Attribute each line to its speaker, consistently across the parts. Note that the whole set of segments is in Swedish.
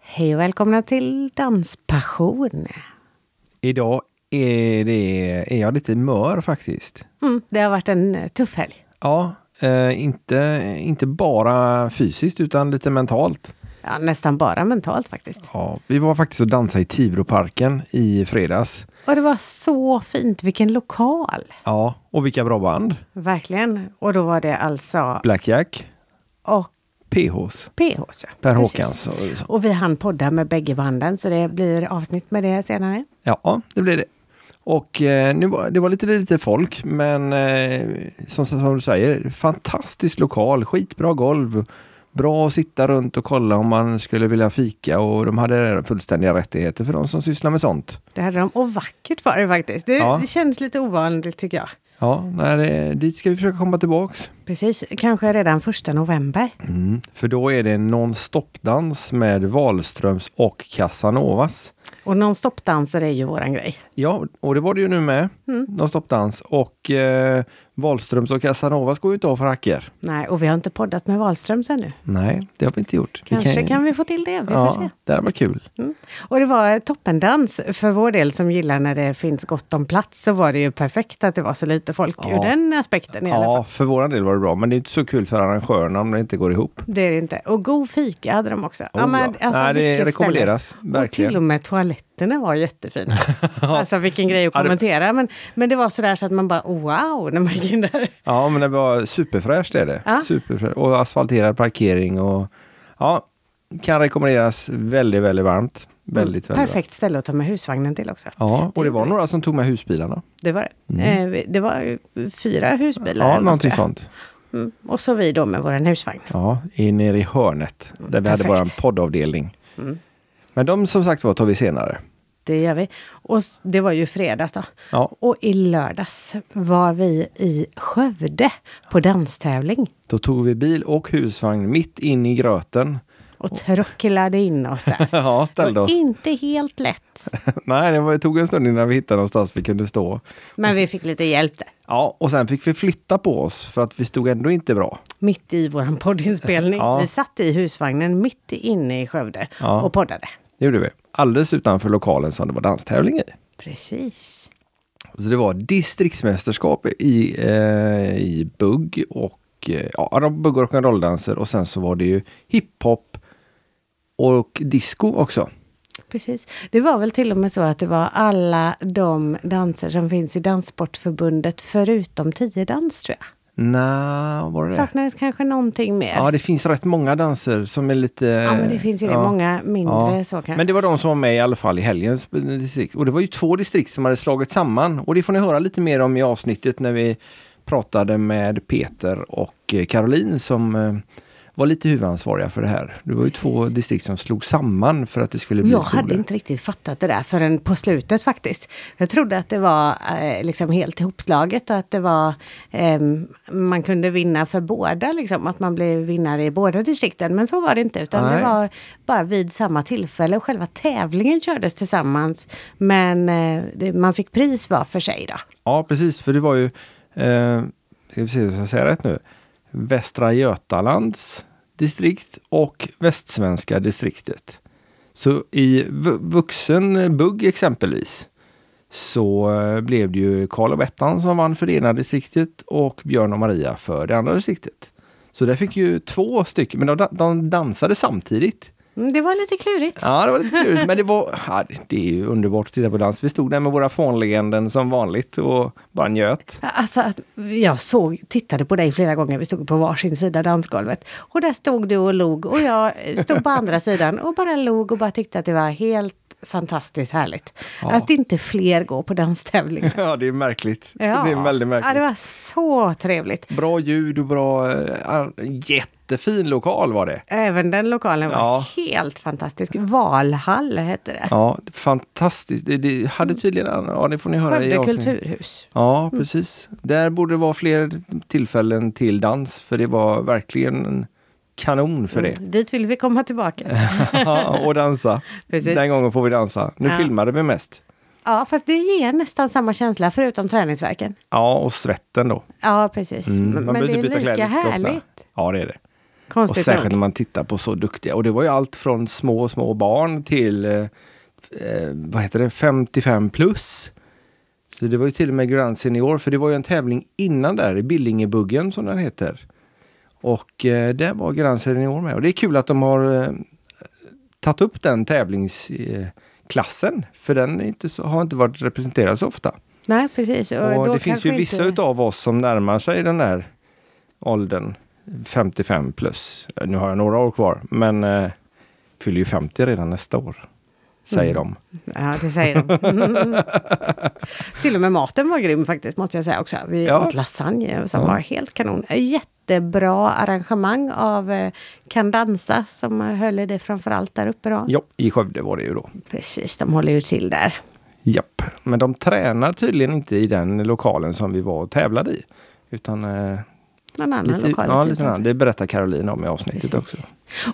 Speaker 1: Hej och välkomna till Danspassion.
Speaker 2: Idag är, det, är jag lite mör faktiskt.
Speaker 1: Mm, det har varit en eh, tuff helg.
Speaker 2: Ja, eh, inte, inte bara fysiskt utan lite mentalt.
Speaker 1: Ja, nästan bara mentalt faktiskt.
Speaker 2: Ja, vi var faktiskt och dansade i Tibroparken i fredags.
Speaker 1: Och det var så fint. Vilken lokal!
Speaker 2: Ja, och vilka bra band.
Speaker 1: Verkligen. Och då var det alltså
Speaker 2: Blackjack,
Speaker 1: och
Speaker 2: PHs,
Speaker 1: PHs. ja.
Speaker 2: Per
Speaker 1: Precis.
Speaker 2: Håkans eh, och så.
Speaker 1: Och vi hann podda med bägge banden så det blir avsnitt med det senare.
Speaker 2: Ja, det blev det. Och eh, nu var, det var lite lite folk, men eh, som, som du säger, fantastisk lokal, skitbra golv. Bra att sitta runt och kolla om man skulle vilja fika och de hade fullständiga rättigheter för de som sysslar med sånt.
Speaker 1: Det hade de. Och vackert var det faktiskt. Det,
Speaker 2: Ja.
Speaker 1: det kändes lite ovanligt tycker jag.
Speaker 2: Ja, nej, det, dit ska vi försöka komma tillbaks.
Speaker 1: Precis, kanske redan första november.
Speaker 2: Mm. För då är det non-stop-dans med Wahlströms och Casanovas.
Speaker 1: Och non-stop-danser är ju våran grej.
Speaker 2: Ja, och det var det ju nu med. Non-stop-dans. Och eh, Wahlströms och Casanovas går ju inte av för hacker.
Speaker 1: Nej, och vi har inte poddat med Wahlströms ännu.
Speaker 2: Nej, det har vi inte gjort.
Speaker 1: Kanske kan, vi få till det, vi får se.
Speaker 2: Ja, det här var kul.
Speaker 1: Och det var toppendans för vår del som gillar när det finns gott om plats, så var det ju perfekt att det var så lite folk
Speaker 2: Ja.
Speaker 1: ur den aspekten i alla fall.
Speaker 2: Ja, för vår del var det bra, men det är inte så kul för arrangörerna om det inte går ihop.
Speaker 1: Det är det inte. Och god fika hade de också. alltså,
Speaker 2: Oh, ja. Nej, det
Speaker 1: vilket
Speaker 2: rekommenderas,
Speaker 1: ställe. Och
Speaker 2: verkligen.
Speaker 1: till och med toaletterna var jättefina. Alltså vilken grej att
Speaker 2: Ja, det-
Speaker 1: kommentera. Men, men det var sådär så att man bara "Oh, wow, när man gick in där.
Speaker 2: Ja, men det var superfräscht är det.
Speaker 1: Ja.
Speaker 2: Superfräscht. Och asfalterad parkering och ja, kan rekommenderas väldigt, väldigt varmt. Väldigt, väldigt
Speaker 1: Mm, Perfekt ställe att ta med husvagnen till också.
Speaker 2: varmt. Ja, och det var några som tog med husbilarna.
Speaker 1: Det var det. Eh, det var ju fyra husbilar. eller
Speaker 2: Ja,
Speaker 1: något
Speaker 2: någonting
Speaker 1: sådär.
Speaker 2: sånt.
Speaker 1: Mm. Och så vi då med våran husvagn.
Speaker 2: Ja, in nere i hörnet där vi
Speaker 1: Perfekt.
Speaker 2: hade
Speaker 1: Mm.
Speaker 2: bara en poddavdelning. Men de som sagt var tar vi senare.
Speaker 1: Det gör vi. Och s- det var ju fredags då.
Speaker 2: Ja,
Speaker 1: Och i lördags var vi i Skövde på danstävling
Speaker 2: då tog vi bil och husvagn mitt in i gröten.
Speaker 1: och tröcklade in oss där.
Speaker 2: Ja,
Speaker 1: Det
Speaker 2: ställde
Speaker 1: var
Speaker 2: oss.
Speaker 1: inte helt lätt.
Speaker 2: Nej, det var- det tog en stund innan vi hittade någonstans vi kunde stå.
Speaker 1: Men vi fick lite hjälp där.
Speaker 2: Ja, och sen fick vi flytta på oss för att vi stod ändå inte bra.
Speaker 1: Mitt i vår poddinspelning.
Speaker 2: Ja.
Speaker 1: Vi satt i husvagnen mitt inne i Skövde
Speaker 2: Ja.
Speaker 1: och poddade.
Speaker 2: Det gjorde vi. Alldeles utanför lokalen som det var danstävling i.
Speaker 1: Precis.
Speaker 2: Så det var distriktsmästerskap i, eh, i bugg och eh, ja, de bugg och rolldanser och sen så var det ju hiphop och disco också.
Speaker 1: Precis. Det var väl till och med så att det var alla de danser som finns i Danssportförbundet förutom tio dans tror jag.
Speaker 2: Nja, var det det?
Speaker 1: Saknades kanske någonting mer.
Speaker 2: Ja, det finns rätt många danser som är lite...
Speaker 1: Ja, men det finns ju det.
Speaker 2: Eh, ja.
Speaker 1: Många mindre
Speaker 2: Ja.
Speaker 1: så kanske.
Speaker 2: Men det var de som var med i alla fall i helgens distrikt. Och det var ju två distrikt som hade slagit samman. Och det får ni höra lite mer om i avsnittet när vi pratade med Peter och eh, Caroline som eh, var lite huvudansvariga för det här. Det var ju två distrikt som slog samman för att det skulle bli
Speaker 1: jag
Speaker 2: roligare.
Speaker 1: hade inte riktigt fattat det där förrän på slutet faktiskt. Jag trodde att det var eh, liksom helt ihopslaget och att det var ehm, man kunde vinna för båda, liksom, att man blev vinnare i båda distrikten. Men så var det inte, utan
Speaker 2: Nej.
Speaker 1: det var bara vid samma tillfälle. Och själva tävlingen kördes tillsammans, men eh, det, man fick pris var för sig. Då.
Speaker 2: Ja, precis. För det var ju, eh, ska vi se så jag säger rätt nu, Västra Götalands distrikt och Västsvenska distriktet. Så i vu- vuxen bugg exempelvis så eh, blev det ju Karl och Bettan som vann för det ena distriktet och Björn och Maria för det andra distriktet. Så där fick ju två stycken, men de, da- de dansade samtidigt.
Speaker 1: Mm, det var lite klurigt.
Speaker 2: Ja, det var lite klurigt, men det var, ja, det är ju underbart att titta på dans. Vi stod där med våra fånleenden som vanligt och bara njöt.
Speaker 1: Alltså, att jag såg, tittade på dig flera gånger, vi stod på varsin sida dansgolvet. Och där stod du och log och jag stod på andra sidan och bara log och bara tyckte att det var helt fantastiskt härligt. Att inte fler går på danstävlingar.
Speaker 2: Ja, det är märkligt. Det är väldigt märkligt.
Speaker 1: Ja, det var så trevligt.
Speaker 2: Bra ljud och bra... eh, an- Jättefin lokal var det.
Speaker 1: Även den lokalen var
Speaker 2: Ja.
Speaker 1: helt fantastisk. Valhall hette det.
Speaker 2: Ja, fantastiskt. Det, det hade tydligen... Ja, det får ni höra
Speaker 1: Skövde
Speaker 2: avsnittet.
Speaker 1: kulturhus.
Speaker 2: Ja, precis. Där borde det vara fler tillfällen till dans, för det var verkligen en kanon för det.
Speaker 1: Mm, Dit vill vi komma tillbaka.
Speaker 2: Ja, och dansa.
Speaker 1: Precis.
Speaker 2: Den gången får vi dansa. Nu
Speaker 1: Ja.
Speaker 2: filmade vi mest.
Speaker 1: Ja, fast det ger nästan samma känsla, förutom träningsverken.
Speaker 2: Ja, och svetten då.
Speaker 1: Ja, precis.
Speaker 2: Mm,
Speaker 1: Men- Men det
Speaker 2: behöver
Speaker 1: är
Speaker 2: inte byta kläder
Speaker 1: lika
Speaker 2: lika ofta.
Speaker 1: härligt.
Speaker 2: Ja, det är det. Och
Speaker 1: Konstigt
Speaker 2: särskilt
Speaker 1: nog.
Speaker 2: när man tittar på så duktiga. Och det var ju allt från små, små barn till eh, eh, vad heter det, 55 plus. Så det var ju till och med Grand Senior, för det var ju en tävling innan där, i Billingebuggen som den heter. Och eh, där var Grand Senior med. Och det är kul att de har eh, tagit upp den tävlingsklassen. Eh, klassen, för den är inte så, har inte varit representerad så ofta.
Speaker 1: Nej, precis. Och,
Speaker 2: Och
Speaker 1: då
Speaker 2: det finns
Speaker 1: kanske
Speaker 2: ju vissa
Speaker 1: inte...
Speaker 2: utav oss som närmar sig den där åldern. 55 plus. Nu har jag några år kvar, men eh, fyller ju 50 redan nästa år. Säger
Speaker 1: Mm.
Speaker 2: de.
Speaker 1: Ja, det säger de. Mm. Till och med maten var grym faktiskt, måste jag säga också. Vi
Speaker 2: Ja.
Speaker 1: åt lasagne som
Speaker 2: Ja.
Speaker 1: var helt kanon. Jättebra arrangemang av eh, Candanza som eh, höll i det framförallt där uppe då.
Speaker 2: Ja, i Skövde var det ju då.
Speaker 1: Precis, de håller ju till där.
Speaker 2: Japp. Men de tränar tydligen inte i den lokalen som vi var och tävlade i. Utan eh,
Speaker 1: Någon annan
Speaker 2: lite,
Speaker 1: lokal.
Speaker 2: ja,
Speaker 1: typ.
Speaker 2: lite annan. Det berättar Caroline om i avsnittet
Speaker 1: Precis.
Speaker 2: också.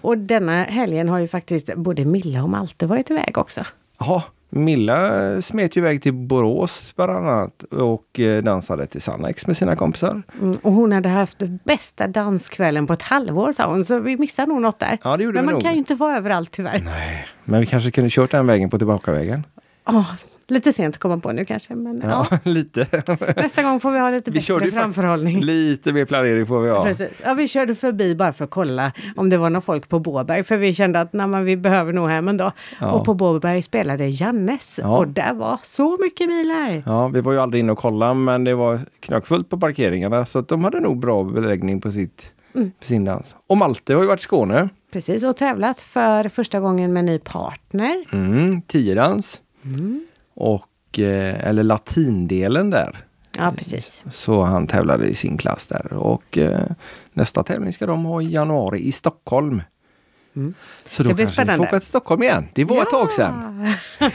Speaker 1: Och denna helgen har ju faktiskt både Milla och Malte varit iväg också.
Speaker 2: Jaha, Milla eh, smet ju iväg till Borås bland annat och eh, dansade till Sannex med sina kompisar.
Speaker 1: Mm, och hon hade haft bästa danskvällen på ett halvår sa hon, så vi missar nog något där.
Speaker 2: Ja, det gjorde
Speaker 1: Men
Speaker 2: vi
Speaker 1: man
Speaker 2: nog.
Speaker 1: kan ju inte vara överallt tyvärr.
Speaker 2: Nej, men vi kanske kunde kört den vägen på tillbakavägen.
Speaker 1: Åh, lite sent att komma på nu kanske, men ja.
Speaker 2: lite.
Speaker 1: Nästa gång får vi ha lite
Speaker 2: körde
Speaker 1: bättre
Speaker 2: ju fakt-
Speaker 1: framförhållning.
Speaker 2: Lite mer planering får vi ha.
Speaker 1: Precis. Ja, vi körde förbi bara för att kolla om det var någon folk på Båberg, för vi kände att nej, men vi behöver nog hem ändå.
Speaker 2: Ja.
Speaker 1: Och på Båberg spelade Jannes,
Speaker 2: Ja.
Speaker 1: och där var så mycket bilar.
Speaker 2: Ja, vi var ju aldrig inne och kollade, men det var knökfullt på parkeringarna så att de hade nog bra beläggning på, sitt,
Speaker 1: Mm.
Speaker 2: på sin dans. Och Malte har ju varit i Skåne.
Speaker 1: Precis, och tävlat för första gången med ny partner.
Speaker 2: Mm, tiodans.
Speaker 1: Mm.
Speaker 2: Och, eh, eller latindelen där.
Speaker 1: Ja, precis.
Speaker 2: Så han tävlade i sin klass där. Och eh, nästa tävling ska de ha i januari i Stockholm. Så då
Speaker 1: Det blir
Speaker 2: kanske vi får
Speaker 1: spännande.
Speaker 2: åka till Stockholm igen. Det var ett tag sedan.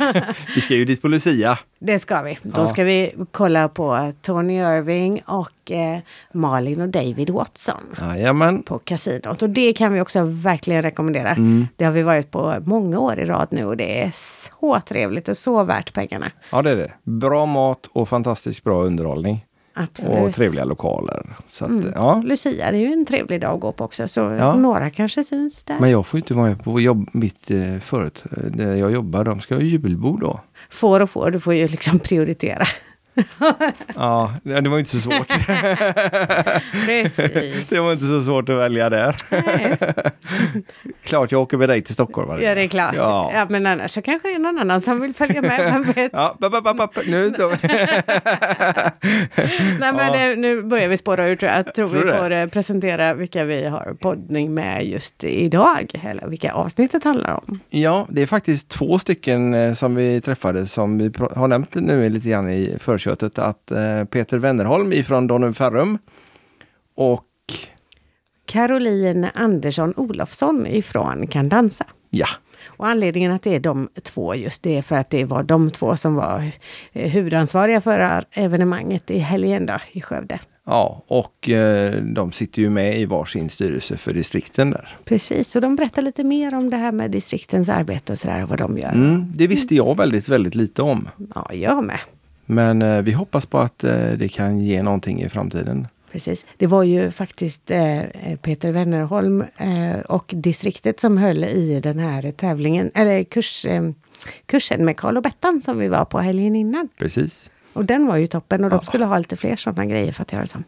Speaker 2: Vi ska ju dit på Lucia.
Speaker 1: Det ska vi. Då
Speaker 2: Ja.
Speaker 1: ska vi kolla på Tony Irving och eh, Malin och David Watson
Speaker 2: Jajamän.
Speaker 1: på kasinot. Och det kan vi också verkligen rekommendera.
Speaker 2: Mm.
Speaker 1: Det har vi varit på många år i rad nu och det är så trevligt och så värt pengarna.
Speaker 2: Ja, det är det. Bra mat och fantastiskt bra underhållning.
Speaker 1: Absolut. Mm.
Speaker 2: Och trevliga lokaler. Så att, ja.
Speaker 1: Lucia, det är ju en trevlig dag att gå på också, så
Speaker 2: Ja.
Speaker 1: några kanske syns där.
Speaker 2: Men jag får ju inte vara med på jobb, mitt eh, förut, där jag jobbar. De ska ha julbord då.
Speaker 1: Får och får, du får ju liksom prioritera.
Speaker 2: Ja, det det var ju inte så svårt.
Speaker 1: Precis.
Speaker 2: Det var inte så svårt att välja där.
Speaker 1: Nej,
Speaker 2: Klart jag åker med dig till Stockholm. Maria.
Speaker 1: ja, det är klart. Ja.
Speaker 2: Ja.
Speaker 1: men annars så kanske det är någon annan som vill följa med, vem vet?
Speaker 2: Ja, ba, ba, ba, ba, nu tar vi.
Speaker 1: Nej, men
Speaker 2: Ja.
Speaker 1: eh, nu börjar vi spåra ur tror jag. Jag tror,
Speaker 2: Tror
Speaker 1: vi
Speaker 2: du det?
Speaker 1: får eh, presentera vilka vi har poddning med just idag. Eller vilka avsnittet handlar om.
Speaker 2: Ja, det är faktiskt två stycken eh, som vi träffade som vi pr- har nämnt nu lite grann i förkötet. Att eh, Peter Wennerholm ifrån Donum Ferrum och
Speaker 1: Caroline Andersson Olofsson ifrån Kan Dansa.
Speaker 2: ja,
Speaker 1: Och anledningen att det är de två just det är för att det var de två som var eh, huvudansvariga för evenemanget i helgen då, i Skövde.
Speaker 2: Ja, och eh, de sitter ju med i varsin styrelse för distrikten där.
Speaker 1: Precis, och de berättar lite mer om det här med distriktens arbete och sådär, och vad de gör.
Speaker 2: Mm, det visste jag väldigt, väldigt lite om.
Speaker 1: Ja, jag med.
Speaker 2: Men eh, vi hoppas på att eh, det kan ge någonting i framtiden.
Speaker 1: Precis. Det var ju faktiskt eh, Peter Wennerholm eh, och distriktet som höll i den här tävlingen, eller kurs, eh, kursen med Karl och Bettan som vi var på helgen innan.
Speaker 2: Precis.
Speaker 1: Och den var ju toppen och de
Speaker 2: Ja.
Speaker 1: skulle ha lite fler sådana grejer för att göra liksom.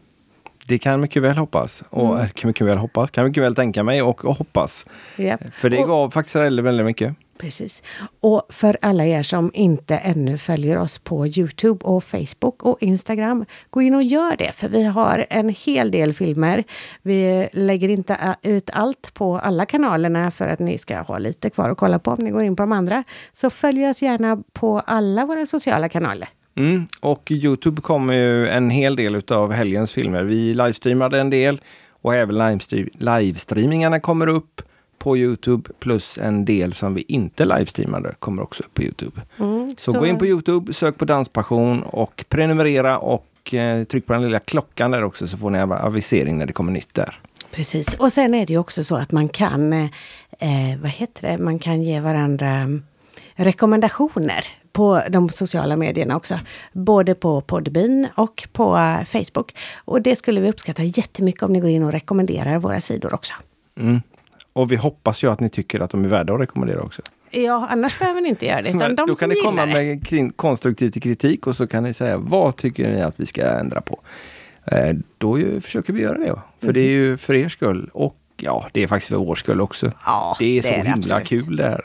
Speaker 1: som.
Speaker 2: Det kan mycket väl hoppas. Och eh, kan mycket väl hoppas. Kan mycket väl tänka mig och, och hoppas.
Speaker 1: Japp.
Speaker 2: För det
Speaker 1: och,
Speaker 2: gav faktiskt väldigt, väldigt mycket.
Speaker 1: precis. Och för alla er som inte ännu följer oss på Youtube och Facebook och Instagram, gå in och gör det, för vi har en hel del filmer. Vi lägger inte ä- ut allt på alla kanalerna för att ni ska ha lite kvar att kolla på om ni går in på de andra. Så följ oss gärna på alla våra sociala kanaler.
Speaker 2: Mm. Och Youtube kommer ju en hel del utav helgens filmer. Vi livestreamade en del och även livestre- livestreamingarna kommer upp på Youtube plus en del som vi inte livestreamade kommer också upp på Youtube. Så, gå in på Youtube, sök på Danspassion och prenumerera och eh, tryck på den lilla klockan där också så får ni av- avisering när det kommer nytt där.
Speaker 1: Precis, och sen är det ju också så att man kan, eh, eh, vad heter det, man kan ge varandra mm, rekommendationer på de sociala medierna också. Både på Podbean och på eh, Facebook. Och det skulle vi uppskatta jättemycket om ni går in och rekommenderar våra sidor också.
Speaker 2: Mm. Och vi hoppas ju att ni tycker att de är värda att rekommendera också.
Speaker 1: Ja, annars behöver ni inte göra det. Utan
Speaker 2: Men
Speaker 1: de
Speaker 2: då
Speaker 1: som
Speaker 2: kan ni komma
Speaker 1: gillar det.
Speaker 2: med krin- konstruktiv kritik och så kan ni säga vad tycker ni att vi ska ändra på. Eh, Då ju, försöker vi göra det. va? För det är ju
Speaker 1: Mm.
Speaker 2: för er skull och ja, det är faktiskt för vår skull också.
Speaker 1: Ja,
Speaker 2: det är så
Speaker 1: det är det
Speaker 2: himla
Speaker 1: absolut.
Speaker 2: kul det här.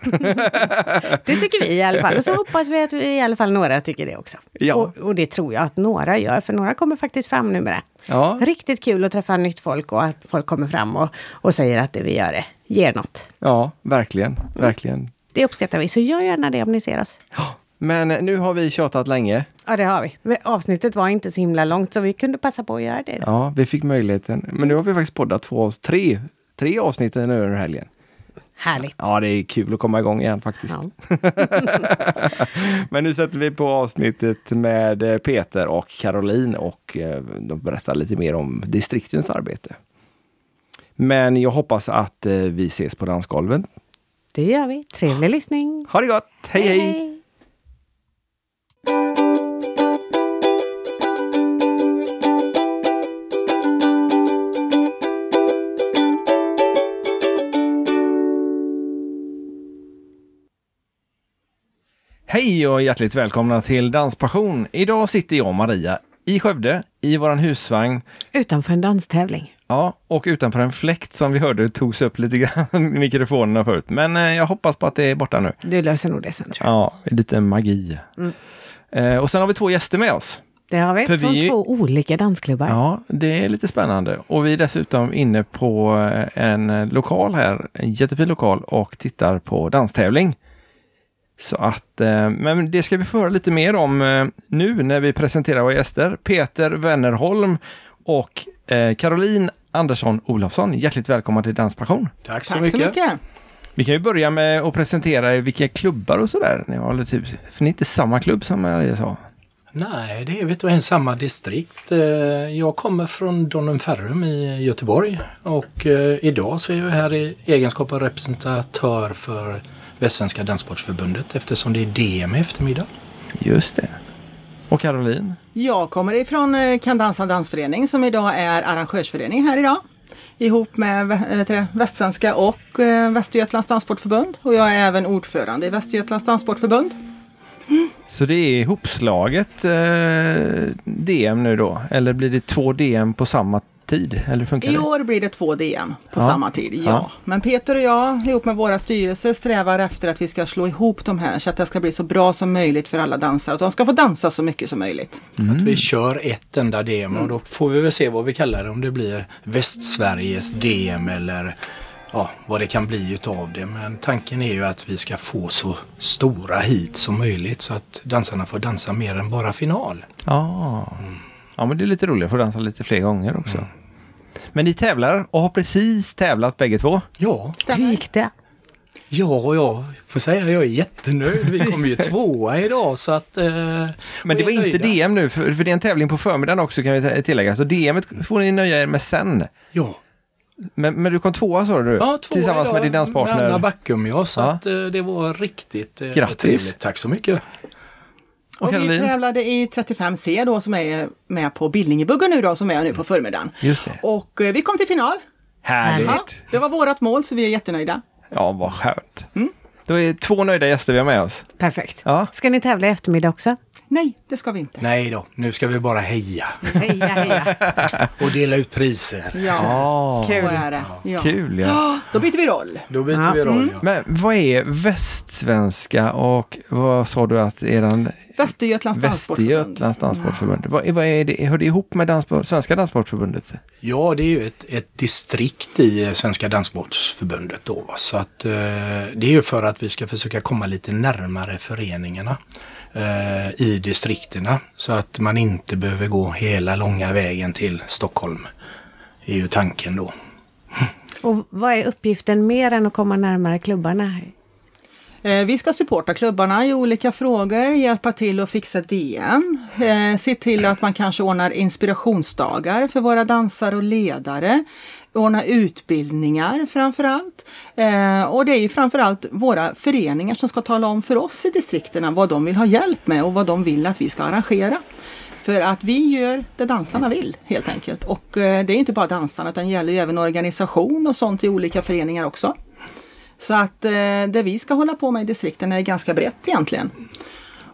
Speaker 1: Det tycker vi i alla fall. Och så hoppas vi att i alla fall några tycker det också.
Speaker 2: Ja.
Speaker 1: Och, och det tror jag att några gör, för några kommer faktiskt fram nu med det.
Speaker 2: Ja,
Speaker 1: Riktigt kul att träffa nytt folk och att folk kommer fram och, och säger att det vi gör det ger något.
Speaker 2: ja verkligen.
Speaker 1: Mm.
Speaker 2: verkligen.
Speaker 1: Det uppskattar vi, så gör gärna det om ni ser oss.
Speaker 2: Men eh, nu har vi tjatat länge.
Speaker 1: Ja, det har vi. Men Avsnittet var inte så himla långt, så vi kunde passa på att göra det.
Speaker 2: Ja, vi fick möjligheten. Men nu har vi faktiskt poddat två, av- tre, tre avsnitt nu under helgen.
Speaker 1: Härligt.
Speaker 2: Ja, det är kul att komma igång igen faktiskt.
Speaker 1: Ja.
Speaker 2: Men nu sätter vi på avsnittet med eh, Peter och Caroline och eh, de berättar lite mer om distriktens arbete. Men jag hoppas att eh, vi ses på dansgolven.
Speaker 1: Det gör vi. Trevlig lyssning.
Speaker 2: Ha det gott! hej! hej. Hej och hjärtligt välkomna till Danspassion. Idag sitter jag och Maria i Skövde i våran husvagn.
Speaker 1: Utanför en danstävling.
Speaker 2: Ja, och utanför en fläkt som vi hörde togs upp lite grann i mikrofonerna förut. Men eh, jag hoppas på att det är borta nu.
Speaker 1: Du löser nog det sen, tror jag.
Speaker 2: Ja, lite magi. Eh, och sen har vi två gäster med oss.
Speaker 1: Det har vi.
Speaker 2: För
Speaker 1: Från
Speaker 2: vi-
Speaker 1: två olika dansklubbar.
Speaker 2: Ja, det är lite spännande. Och vi är dessutom inne på eh, en lokal här, en jättefin lokal, och tittar på danstävling. Så att, eh, men det ska vi få höra lite mer om eh, nu när vi presenterar våra gäster. Peter Wennerholm och eh, Caroline Andersson Olofsson. Hjärtligt välkomna till Danspassion.
Speaker 3: Tack så
Speaker 4: Tack
Speaker 3: mycket.
Speaker 4: så mycket.
Speaker 2: Vi kan ju börja med att presentera vilka klubbar och sådär ni har. Typ, för ni är inte samma klubb som Maria sa.
Speaker 3: Nej, det är vi och en samma distrikt. Eh, Jag kommer från Donum Ferrum i Göteborg och eh, idag så är jag här i egenskap av representatör för Västsvenska Danssportsförbundet eftersom det är DM i eftermiddag.
Speaker 2: Just det. Och Caroline?
Speaker 4: Jag kommer ifrån eh, Kan dansa dansförening som idag är arrangörsförening här idag. Ihop med Vä- eh, vet du det, Västsvenska och eh, Västergötlands Danssportförbund. Och jag är även ordförande i Västergötlands Danssportförbund.
Speaker 2: Så det är ihopslaget eh, DM nu då? Eller blir det två DM på samma tid? Eller funkar
Speaker 4: I
Speaker 2: det?
Speaker 4: år blir det två DM på
Speaker 2: Ja.
Speaker 4: samma tid, ja.
Speaker 2: Ja.
Speaker 4: Men Peter och jag ihop med våra styrelser strävar efter att vi ska slå ihop de här så att det ska bli så bra som möjligt för alla dansare. Att de ska få dansa så mycket som möjligt.
Speaker 3: Att vi kör ett enda DM och då får vi väl se vad vi kallar det om det blir Västsveriges DM eller ja, vad det kan bli utav det. Men tanken är ju att vi ska få så stora hit som möjligt så att dansarna får dansa mer än bara final.
Speaker 2: Ja. Ah. ja, men det är lite roligare för att dansa lite fler gånger också. Men ni tävlar och har precis tävlat bägge två.
Speaker 3: Ja,
Speaker 1: Hur gick det?
Speaker 3: ja, ja, får säga jag är jättenöjd. Vi kom ju tvåa idag så att... Eh,
Speaker 2: Men
Speaker 3: vi
Speaker 2: det
Speaker 3: är
Speaker 2: var inte
Speaker 3: nöjda.
Speaker 2: DM nu, för, för det är en tävling på förmiddagen också kan vi tä- tillägga. Så DM et får ni nöja er med sen.
Speaker 3: Ja.
Speaker 2: Men, men du kom tvåa sa du?
Speaker 3: Ja, tvåa
Speaker 2: Tillsammans
Speaker 3: idag
Speaker 2: med din
Speaker 3: Med Anna
Speaker 2: danspartner.
Speaker 3: Backum ja, så
Speaker 2: Ja.
Speaker 3: att eh, det var riktigt eh,
Speaker 2: Grattis.
Speaker 3: trevligt. Tack så mycket.
Speaker 2: Och
Speaker 4: Och vi
Speaker 2: Caroline?
Speaker 4: tävlade i 35C då som är med på Billingebuggen nu då som är nu på förmiddagen.
Speaker 2: Just det.
Speaker 4: Och eh, vi kom till final. Ja,
Speaker 2: Härligt!
Speaker 4: det var vårat mål så vi är jättenöjda.
Speaker 2: Ja, vad skönt.
Speaker 3: Mm.
Speaker 2: Då är det två nöjda gäster vi har med oss.
Speaker 1: Perfekt.
Speaker 2: Ja.
Speaker 1: Ska ni tävla i eftermiddag också?
Speaker 4: Nej, det ska vi inte.
Speaker 3: Nej då, nu ska vi bara heja
Speaker 1: Heja, heja.
Speaker 3: och dela ut priser.
Speaker 4: Ja,
Speaker 2: Ah,
Speaker 4: så
Speaker 1: Kul.
Speaker 4: är det. Ja.
Speaker 2: Kul ja!
Speaker 4: Ja, Då byter vi roll.
Speaker 3: Då byter
Speaker 1: Ja.
Speaker 3: vi roll. Ja. Mm.
Speaker 2: Men vad är västsvenska och vad sa du att eran
Speaker 4: Västergötlands danssportförbund.
Speaker 2: Västergötlands danssportförbund, vad, vad är det, hör det ihop med dansport, Svenska Danssportförbundet?
Speaker 3: ja, det är ju ett, ett distrikt i eh, Svenska Danssportsförbundet då. va. Så att eh, det är ju för att vi ska försöka komma lite närmare föreningarna eh, i distrikterna. Så att man inte behöver gå hela långa vägen till Stockholm. är ju tanken då.
Speaker 1: Och vad är uppgiften mer än att komma närmare klubbarna?
Speaker 4: Eh, Vi ska supporta klubbarna i olika frågor, hjälpa till att fixa DM, eh, se till att man kanske ordnar inspirationsdagar för våra dansare och ledare, ordna utbildningar framförallt. Eh, Och det är ju framförallt våra föreningar som ska tala om för oss i distrikterna vad de vill ha hjälp med och vad de vill att vi ska arrangera. För att vi gör det dansarna vill helt enkelt. Och eh, det är inte bara dansarna utan det gäller ju även organisation och sånt i olika föreningar också. Så att eh, det vi ska hålla på med i distrikten är ganska brett egentligen.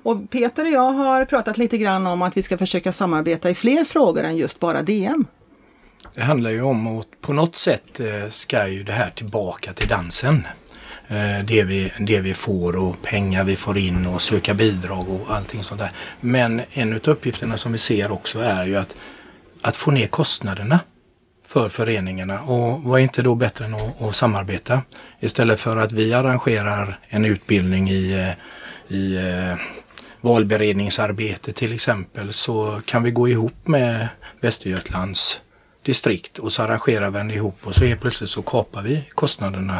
Speaker 4: Och Peter och jag har pratat lite grann om att vi ska försöka samarbeta i fler frågor än just bara DM.
Speaker 3: Det handlar ju om att på något sätt eh, ska ju det här tillbaka till dansen. Eh, Det vi, det vi får och pengar vi får in och söka bidrag och allting sånt där. Men en av uppgifterna som vi ser också är ju att, att få ner kostnaderna för föreningarna. Och vad är inte då bättre än att, att samarbeta? Istället för att vi arrangerar en utbildning i, eh, i eh, valberedningsarbete till exempel så kan vi gå ihop med Västergötlands distrikt och så arrangerar vi den ihop och så helt plötsligt så kapar vi kostnaderna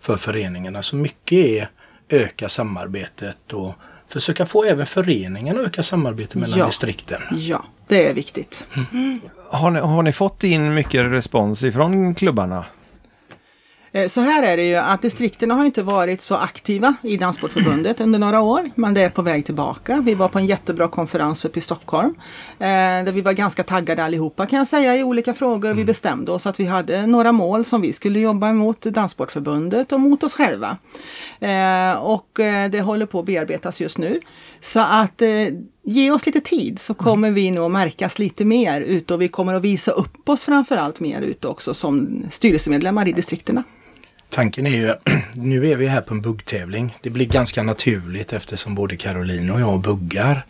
Speaker 3: för föreningarna. Så mycket är öka samarbetet och försöka få även föreningarna att öka samarbetet mellan
Speaker 4: Ja.
Speaker 3: distrikten.
Speaker 4: Ja, det är viktigt.
Speaker 2: Har ni, har ni fått in mycket respons ifrån klubbarna?
Speaker 4: Eh, Så här är det ju att distrikterna har inte varit så aktiva i Danssportförbundet under några år, men det är på väg tillbaka. Vi var på en jättebra konferens uppe i Stockholm eh, där vi var ganska taggade allihopa kan jag säga i olika frågor. Vi bestämde oss att vi hade några mål som vi skulle jobba mot Danssportförbundet och mot oss själva. Eh, Och eh, det håller på att bearbetas just nu. Så att eh, ge oss lite tid så kommer vi nog att märkas lite mer ute och vi kommer att visa upp oss framförallt mer ute också som styrelsemedlemmar i distrikterna.
Speaker 3: Tanken är ju, nu är vi här på en buggtävling. Det blir ganska naturligt eftersom både Caroline och jag buggar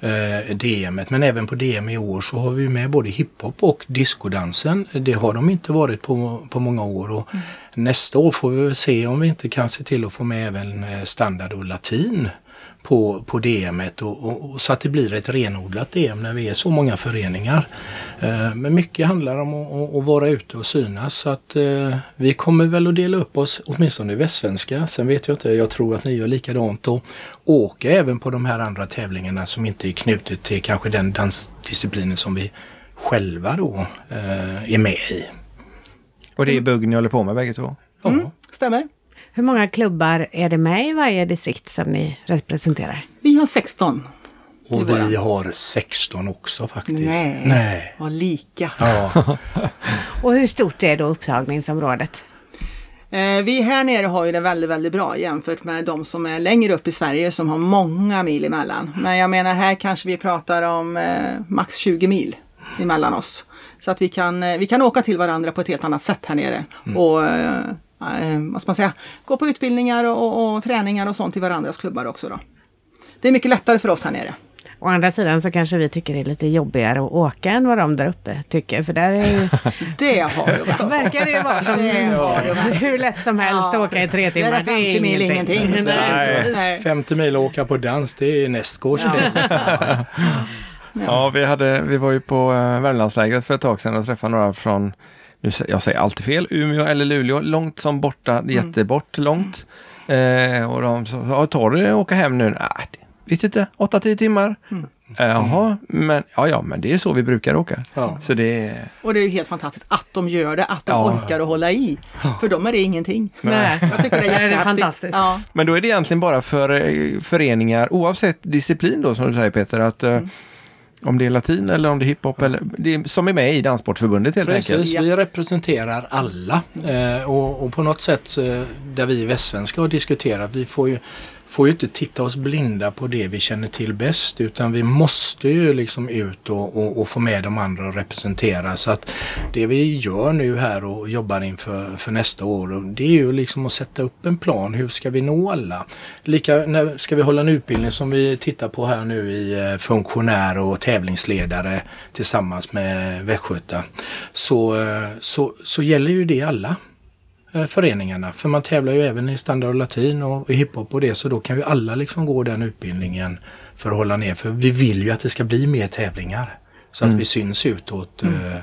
Speaker 3: eh, DM. Men även på DM i år så har vi med både hiphop och discodansen. Det har de inte varit på, på många år. Och Nästa år får vi väl se om vi inte kan se till att få med även eh, standard och latin på, på DM et och, och, och så att det blir ett renodlat DM när vi är så många föreningar. Eh, men mycket handlar om att, att- att vara ute och synas så att eh, vi kommer väl att dela upp oss åtminstone i Västsvenska. Sen vet jag inte, jag tror att ni gör likadant och åka även på de här andra tävlingarna som inte är knutet till kanske den dansdisciplinen som vi själva då eh, är med i.
Speaker 2: Och det är bugg ni håller på med bägge två?
Speaker 3: Ja.
Speaker 4: Mm, Stämmer?
Speaker 1: Hur många klubbar är det med i varje distrikt som ni representerar?
Speaker 4: Vi har 16. Det
Speaker 3: Och
Speaker 4: är våran.
Speaker 3: vi har 16 också faktiskt.
Speaker 4: Nej,
Speaker 3: Nej.
Speaker 4: vad lika.
Speaker 3: Ja.
Speaker 1: Och hur stort är då upptagningsområdet?
Speaker 4: Eh, vi här nere har ju det väldigt, väldigt bra jämfört med de som är längre upp i Sverige som har många mil emellan. Men jag menar här kanske vi pratar om eh, max 20 mil emellan oss. Så att vi kan, eh, vi kan åka till varandra på ett helt annat sätt här nere.
Speaker 3: Mm.
Speaker 4: Och, eh, eh, vad ska man säga, gå på utbildningar och, och, och träningar och sånt i varandras klubbar också då. Det är mycket lättare för oss här nere.
Speaker 1: Å andra sidan så kanske vi tycker det är lite jobbigare att åka än vad de där uppe tycker. För där är ju,
Speaker 4: Det har ju varit.
Speaker 1: verkar det ju vara som hur lätt som helst att åka i tre timmar.
Speaker 4: Det är 50 mil ingenting.
Speaker 1: Nej.
Speaker 4: Nej.
Speaker 3: 50 mil och åka på dans, det är nästgårds det.
Speaker 2: Ja, vi, hade, vi var ju på eh, Värmlandslägret för ett tag sedan och träffade några från, nu, sä- jag säger alltid fel, Umeå eller Luleå, långt som borta,
Speaker 3: Mm.
Speaker 2: jättebort långt. Eh, och de sa, ja, tar du det att åka hem nu? Nej, det vet inte, 8-10 timmar.
Speaker 3: Mm.
Speaker 2: Eh, Jaha, men ja, ja, men det är så vi brukar åka.
Speaker 3: Ja.
Speaker 2: Så det är...
Speaker 4: Och det är ju helt fantastiskt att de gör det, att de
Speaker 2: Ja.
Speaker 4: orkar att hålla i. För dem är det ingenting.
Speaker 1: Nej.
Speaker 4: Jag tycker det är
Speaker 1: Det är
Speaker 4: jättehäftigt.
Speaker 1: fantastiskt.
Speaker 4: Ja.
Speaker 2: Men då är det egentligen bara för eh, föreningar, oavsett disciplin då som du säger Peter, att eh,
Speaker 3: Mm.
Speaker 2: om det är latin eller om det är hiphop, eller, det är, som är med i Dansportförbundet helt enkelt.
Speaker 3: Precis, vi representerar alla eh, och, och på något sätt eh, där vi västsvenska har diskuterat, vi får ju, får ju inte titta oss blinda på det vi känner till bäst utan vi måste ju liksom ut och, och, och få med de andra och representera så att det vi gör nu här och jobbar inför för nästa år och det är ju liksom att sätta upp en plan, hur ska vi nå alla? Lika, när ska vi hålla en utbildning som vi tittar på här nu i eh, funktionär och tävlingsledare tillsammans med Västgöta. Så, eh, så, så gäller ju det alla eh, föreningarna. För man tävlar ju även i standard och latin och i hiphop och det så då kan ju alla liksom gå den utbildningen för att hålla ner. För vi vill ju att det ska bli mer tävlingar. Så att vi syns utåt. eh,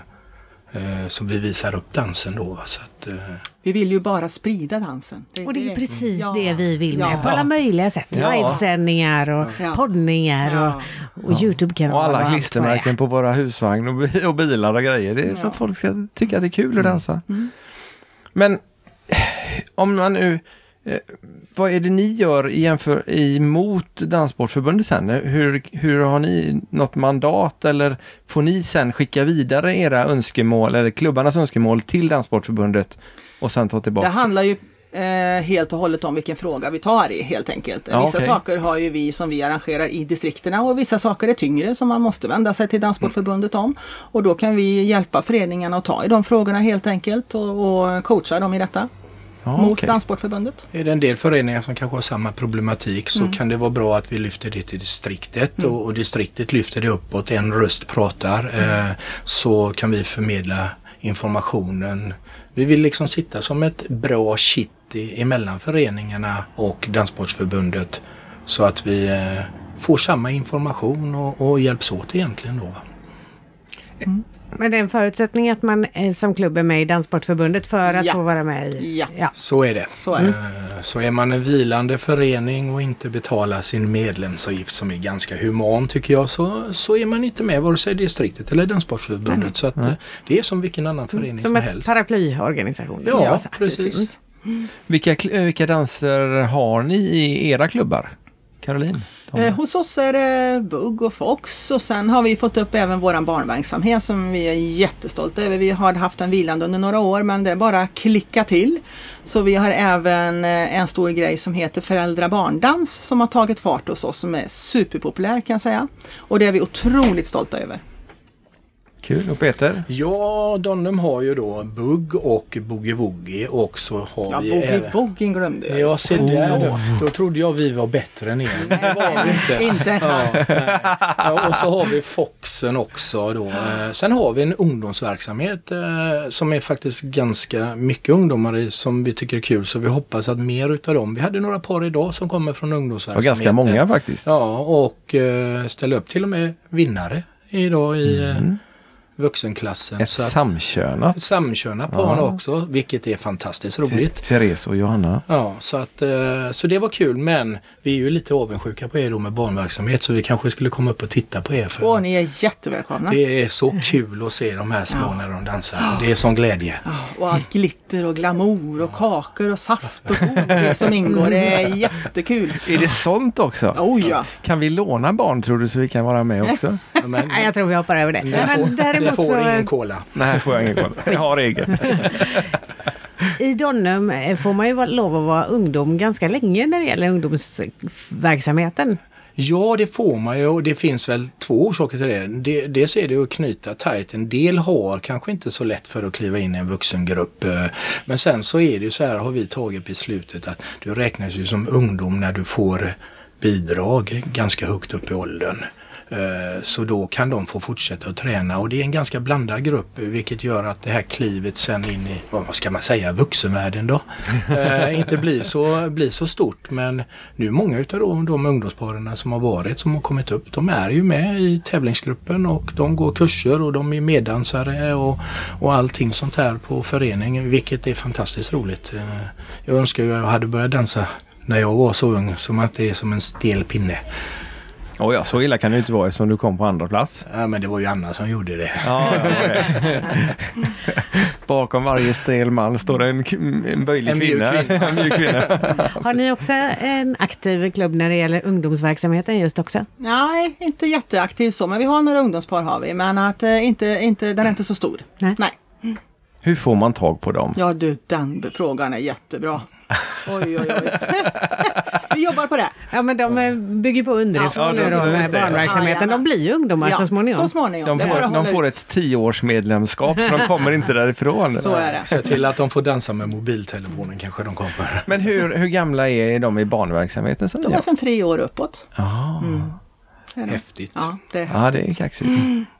Speaker 3: eh, Så vi visar upp dansen då. va. Så att, eh,
Speaker 4: Vi vill ju bara sprida dansen.
Speaker 1: Och det är precis
Speaker 4: Ja.
Speaker 1: det vi vill med
Speaker 4: Ja.
Speaker 1: på alla möjliga sätt.
Speaker 2: Ja.
Speaker 1: Livesändningar och
Speaker 4: Ja.
Speaker 1: poddningar och, och Youtube-kanaler.
Speaker 2: Och
Speaker 1: och allt
Speaker 2: alla
Speaker 1: vad det
Speaker 2: klistermärken
Speaker 1: är.
Speaker 2: på våra husvagn och, bi- och bilar och grejer. Det är så att
Speaker 4: Mm.
Speaker 2: folk ska tycka att det är kul att dansa. Men eh, om man nu Eh, Vad är det ni gör i jämför, emot Danssportförbundet sen? Hur, hur har ni något mandat eller får ni sen skicka vidare era önskemål eller klubbarnas önskemål till Danssportförbundet och sen ta tillbaka?
Speaker 4: Det handlar ju eh, helt och hållet om vilken fråga vi tar i helt enkelt.
Speaker 2: Ja,
Speaker 4: vissa
Speaker 2: okej.
Speaker 4: saker har ju vi som vi arrangerar i distrikterna och vissa saker är tyngre som man måste vända sig till Danssportförbundet om. Och då kan vi hjälpa föreningarna att ta i de frågorna helt enkelt och, och coacha dem i detta.
Speaker 2: Ja,
Speaker 4: mot
Speaker 2: okej.
Speaker 4: Danssportförbundet.
Speaker 3: Är det en del föreningar som kanske har samma problematik så kan det vara bra att vi lyfter det till distriktet och, och distriktet lyfter det uppåt. En röst pratar eh, så kan vi förmedla informationen. Vi vill liksom sitta som ett bra kitt i- emellan föreningarna och Danssportsförbundet så att vi eh, får samma information och, och hjälps åt egentligen då. va.
Speaker 1: Men det är en förutsättning att man eh, som klubb är med i Danssportförbundet för att
Speaker 4: Ja.
Speaker 1: få vara med i...
Speaker 4: Ja.
Speaker 1: ja.
Speaker 3: Så är det.
Speaker 4: Så är det.
Speaker 3: Eh, Så är man en vilande förening och inte betalar sin medlemsavgift som är ganska human tycker jag så, så är man inte med vare sig distriktet eller
Speaker 4: Mm.
Speaker 3: Danssportförbundet. Så att, eh, det är som vilken annan förening som,
Speaker 1: Som en
Speaker 3: helst.
Speaker 1: paraplyorganisation.
Speaker 3: Ja,
Speaker 1: Ja, så här,
Speaker 3: precis.
Speaker 2: Vilka, kl- eh, vilka danser har ni i era klubbar? Caroline? De-
Speaker 4: Eh, hos oss är det Bugg och Fox och sen har vi fått upp även våran barnverksamhet som vi är jättestolta över. Vi har haft den vilande under några år men det är bara klicka till. Så vi har även eh, en stor grej som heter föräldra barndans som har tagit fart hos oss som är superpopulär kan jag säga. Och det är vi otroligt stolta över.
Speaker 2: Kul. Och Peter?
Speaker 3: Ja, Donnum har ju då Bugg och Boogie Woogie och så har
Speaker 4: Ja,
Speaker 3: vi även-
Speaker 4: boogie-woogien glömde jag.
Speaker 3: Ja, se där då. Då trodde jag vi var bättre än er. Men det var vi inte.
Speaker 4: Inte en chans.
Speaker 3: Ja, nej. ja, och så har vi Foxen också då. Eh, Sen har vi en ungdomsverksamhet eh, som är faktiskt ganska mycket ungdomar i som vi tycker är kul. Så vi hoppas att mer utav dem. Vi hade några par idag som kommer från
Speaker 2: Det var
Speaker 3: ungdomsverksamheten.
Speaker 2: ganska många faktiskt.
Speaker 3: Ja, och eh, ställa upp till och med vinnare idag i eh, vuxenklassen.
Speaker 2: Mm. Ett
Speaker 3: Så att-
Speaker 2: samkönat.
Speaker 3: Samkörna par också, vilket är fantastiskt roligt.
Speaker 2: Therese och Johanna.
Speaker 3: Ja, så, att, eh, så det var kul men vi är ju lite avundsjuka på er då med barnverksamhet så vi kanske skulle komma upp och titta på er. För
Speaker 4: Och ni är jättevälkomna.
Speaker 3: Det är så kul att se de här små när de dansar. Det är sån glädje.
Speaker 4: Och allt glitter och glamour och kakor och saft och godis som ingår. Det är jättekul.
Speaker 2: Är det sånt också?
Speaker 4: Oh ja!
Speaker 2: Kan vi låna barn tror du så vi kan vara med också?
Speaker 3: Men, men,
Speaker 1: Nej, jag tror vi hoppar över det.
Speaker 3: det
Speaker 1: Men
Speaker 3: får, det
Speaker 1: däremot
Speaker 3: får ingen
Speaker 1: så
Speaker 3: cola.
Speaker 2: Nej, får jag ingen koll. Jag har egen.
Speaker 1: i Donnum eh, får man ju vara- lov att vara ungdom ganska länge när det gäller ungdomsverksamheten.
Speaker 3: Ja, det får man ju och det finns väl två orsaker till det. det dels är det att knyta tajt. En del har kanske inte så lätt för att kliva in i en vuxengrupp. eh, Men sen så är det ju så här, har vi tagit beslutet att du räknas ju som ungdom när du får bidrag ganska högt upp i åldern. Eh, Så då kan de få fortsätta att träna och det är en ganska blandad grupp eh, vilket gör att det här klivet sen in i, vad ska man säga, vuxenvärlden då? eh, inte blir så, blir så stort men nu många utav de, de ungdomsparen som har varit som har kommit upp de är ju med i tävlingsgruppen och de går kurser och de är meddansare och, och allting sånt här på föreningen vilket är fantastiskt roligt. Eh, Jag önskar ju jag hade börjat dansa när jag var så ung som att det är som en stel pinne.
Speaker 2: Oh ja, så illa kan det ju inte vara eftersom du kom på andra plats.
Speaker 3: Ja men det var ju Anna som gjorde det.
Speaker 2: Ja, Bakom varje stel man står en, k- en böjlig
Speaker 3: En mjuk
Speaker 2: kvinna.
Speaker 3: kvinna.
Speaker 2: en mjuk kvinna.
Speaker 1: Har ni också en aktiv klubb när det gäller ungdomsverksamheten just också?
Speaker 4: Nej, inte jätteaktiv så, men vi har några ungdomspar har vi. Men att, eh, inte, inte, den är inte så stor.
Speaker 1: Nej.
Speaker 2: Hur får man tag på dem?
Speaker 4: Ja du, den be- frågan är jättebra. Oj, oj, oj. vi jobbar på det.
Speaker 1: Ja men de eh, bygger på underifrån
Speaker 2: Ja,
Speaker 1: nu
Speaker 2: de-
Speaker 1: då
Speaker 2: de-
Speaker 1: med
Speaker 2: just det.
Speaker 1: barnverksamheten. De blir ju ungdomar så småningom.
Speaker 4: Så småningom.
Speaker 2: De
Speaker 4: Det är bara
Speaker 2: får,
Speaker 4: att
Speaker 2: de
Speaker 4: hålla
Speaker 2: får
Speaker 4: ut.
Speaker 2: ett tioårsmedlemskap så de kommer inte därifrån.
Speaker 4: Så är det.
Speaker 3: Se till att de får dansa med mobiltelefonen kanske de kommer.
Speaker 2: Men hur, hur gamla är de i barnverksamheten? Som ni
Speaker 4: De är
Speaker 2: har?
Speaker 4: från tre år uppåt.
Speaker 2: Ja,
Speaker 4: Mm. Det är de.
Speaker 3: Häftigt.
Speaker 4: Ja, det är,
Speaker 2: ja, det är kaxigt.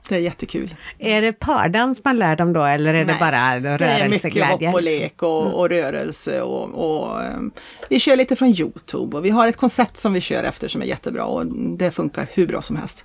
Speaker 4: det är jättekul.
Speaker 1: Är det pardans man lär dem då eller är det
Speaker 4: Nej.
Speaker 1: bara Mm.
Speaker 4: Det är mycket
Speaker 1: rörelseglädje?
Speaker 4: hopp och lek och, och rörelse. Och, och, ehm, vi kör lite från Youtube och vi har ett koncept som vi kör efter som är jättebra och det funkar hur bra som helst.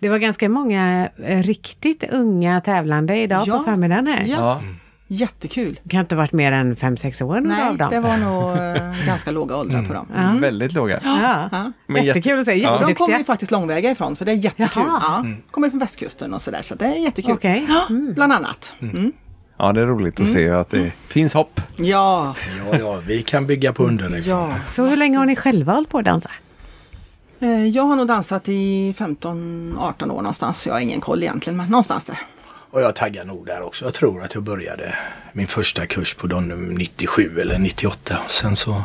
Speaker 1: Det var ganska många eh, riktigt unga tävlande idag
Speaker 4: Ja.
Speaker 1: på förmiddagen här.
Speaker 4: Ja,
Speaker 2: Ja. Mm.
Speaker 4: jättekul.
Speaker 1: Det kan inte ha varit mer än fem sex år några
Speaker 4: Nej,
Speaker 1: av dem.
Speaker 4: det var nog eh, ganska låga åldrar på dem.
Speaker 2: Väldigt låga.
Speaker 1: ja.
Speaker 4: Ja.
Speaker 2: Men jätte-
Speaker 1: Jättekul att se,
Speaker 2: Ja.
Speaker 4: Och De kommer
Speaker 1: jätteduktiga.
Speaker 4: ju faktiskt långväga ifrån så det är jättekul.
Speaker 1: Jaha.
Speaker 4: Ja, kommer från västkusten och sådär så det är jättekul.
Speaker 1: Okej.
Speaker 4: Ja, Bland annat. Mm.
Speaker 2: Ja, det är roligt att se att det finns hopp.
Speaker 4: Ja,
Speaker 3: Ja, ja, vi kan bygga på underifrån.
Speaker 4: ja.
Speaker 1: Så hur länge har ni själva hållit på att dansa?
Speaker 4: Eh, Jag har nog dansat i 15-18 år någonstans. Jag har ingen koll egentligen, men någonstans där.
Speaker 3: Och jag taggar nog där också. Jag tror att jag började min första kurs på Donum 97 eller 98. Sen så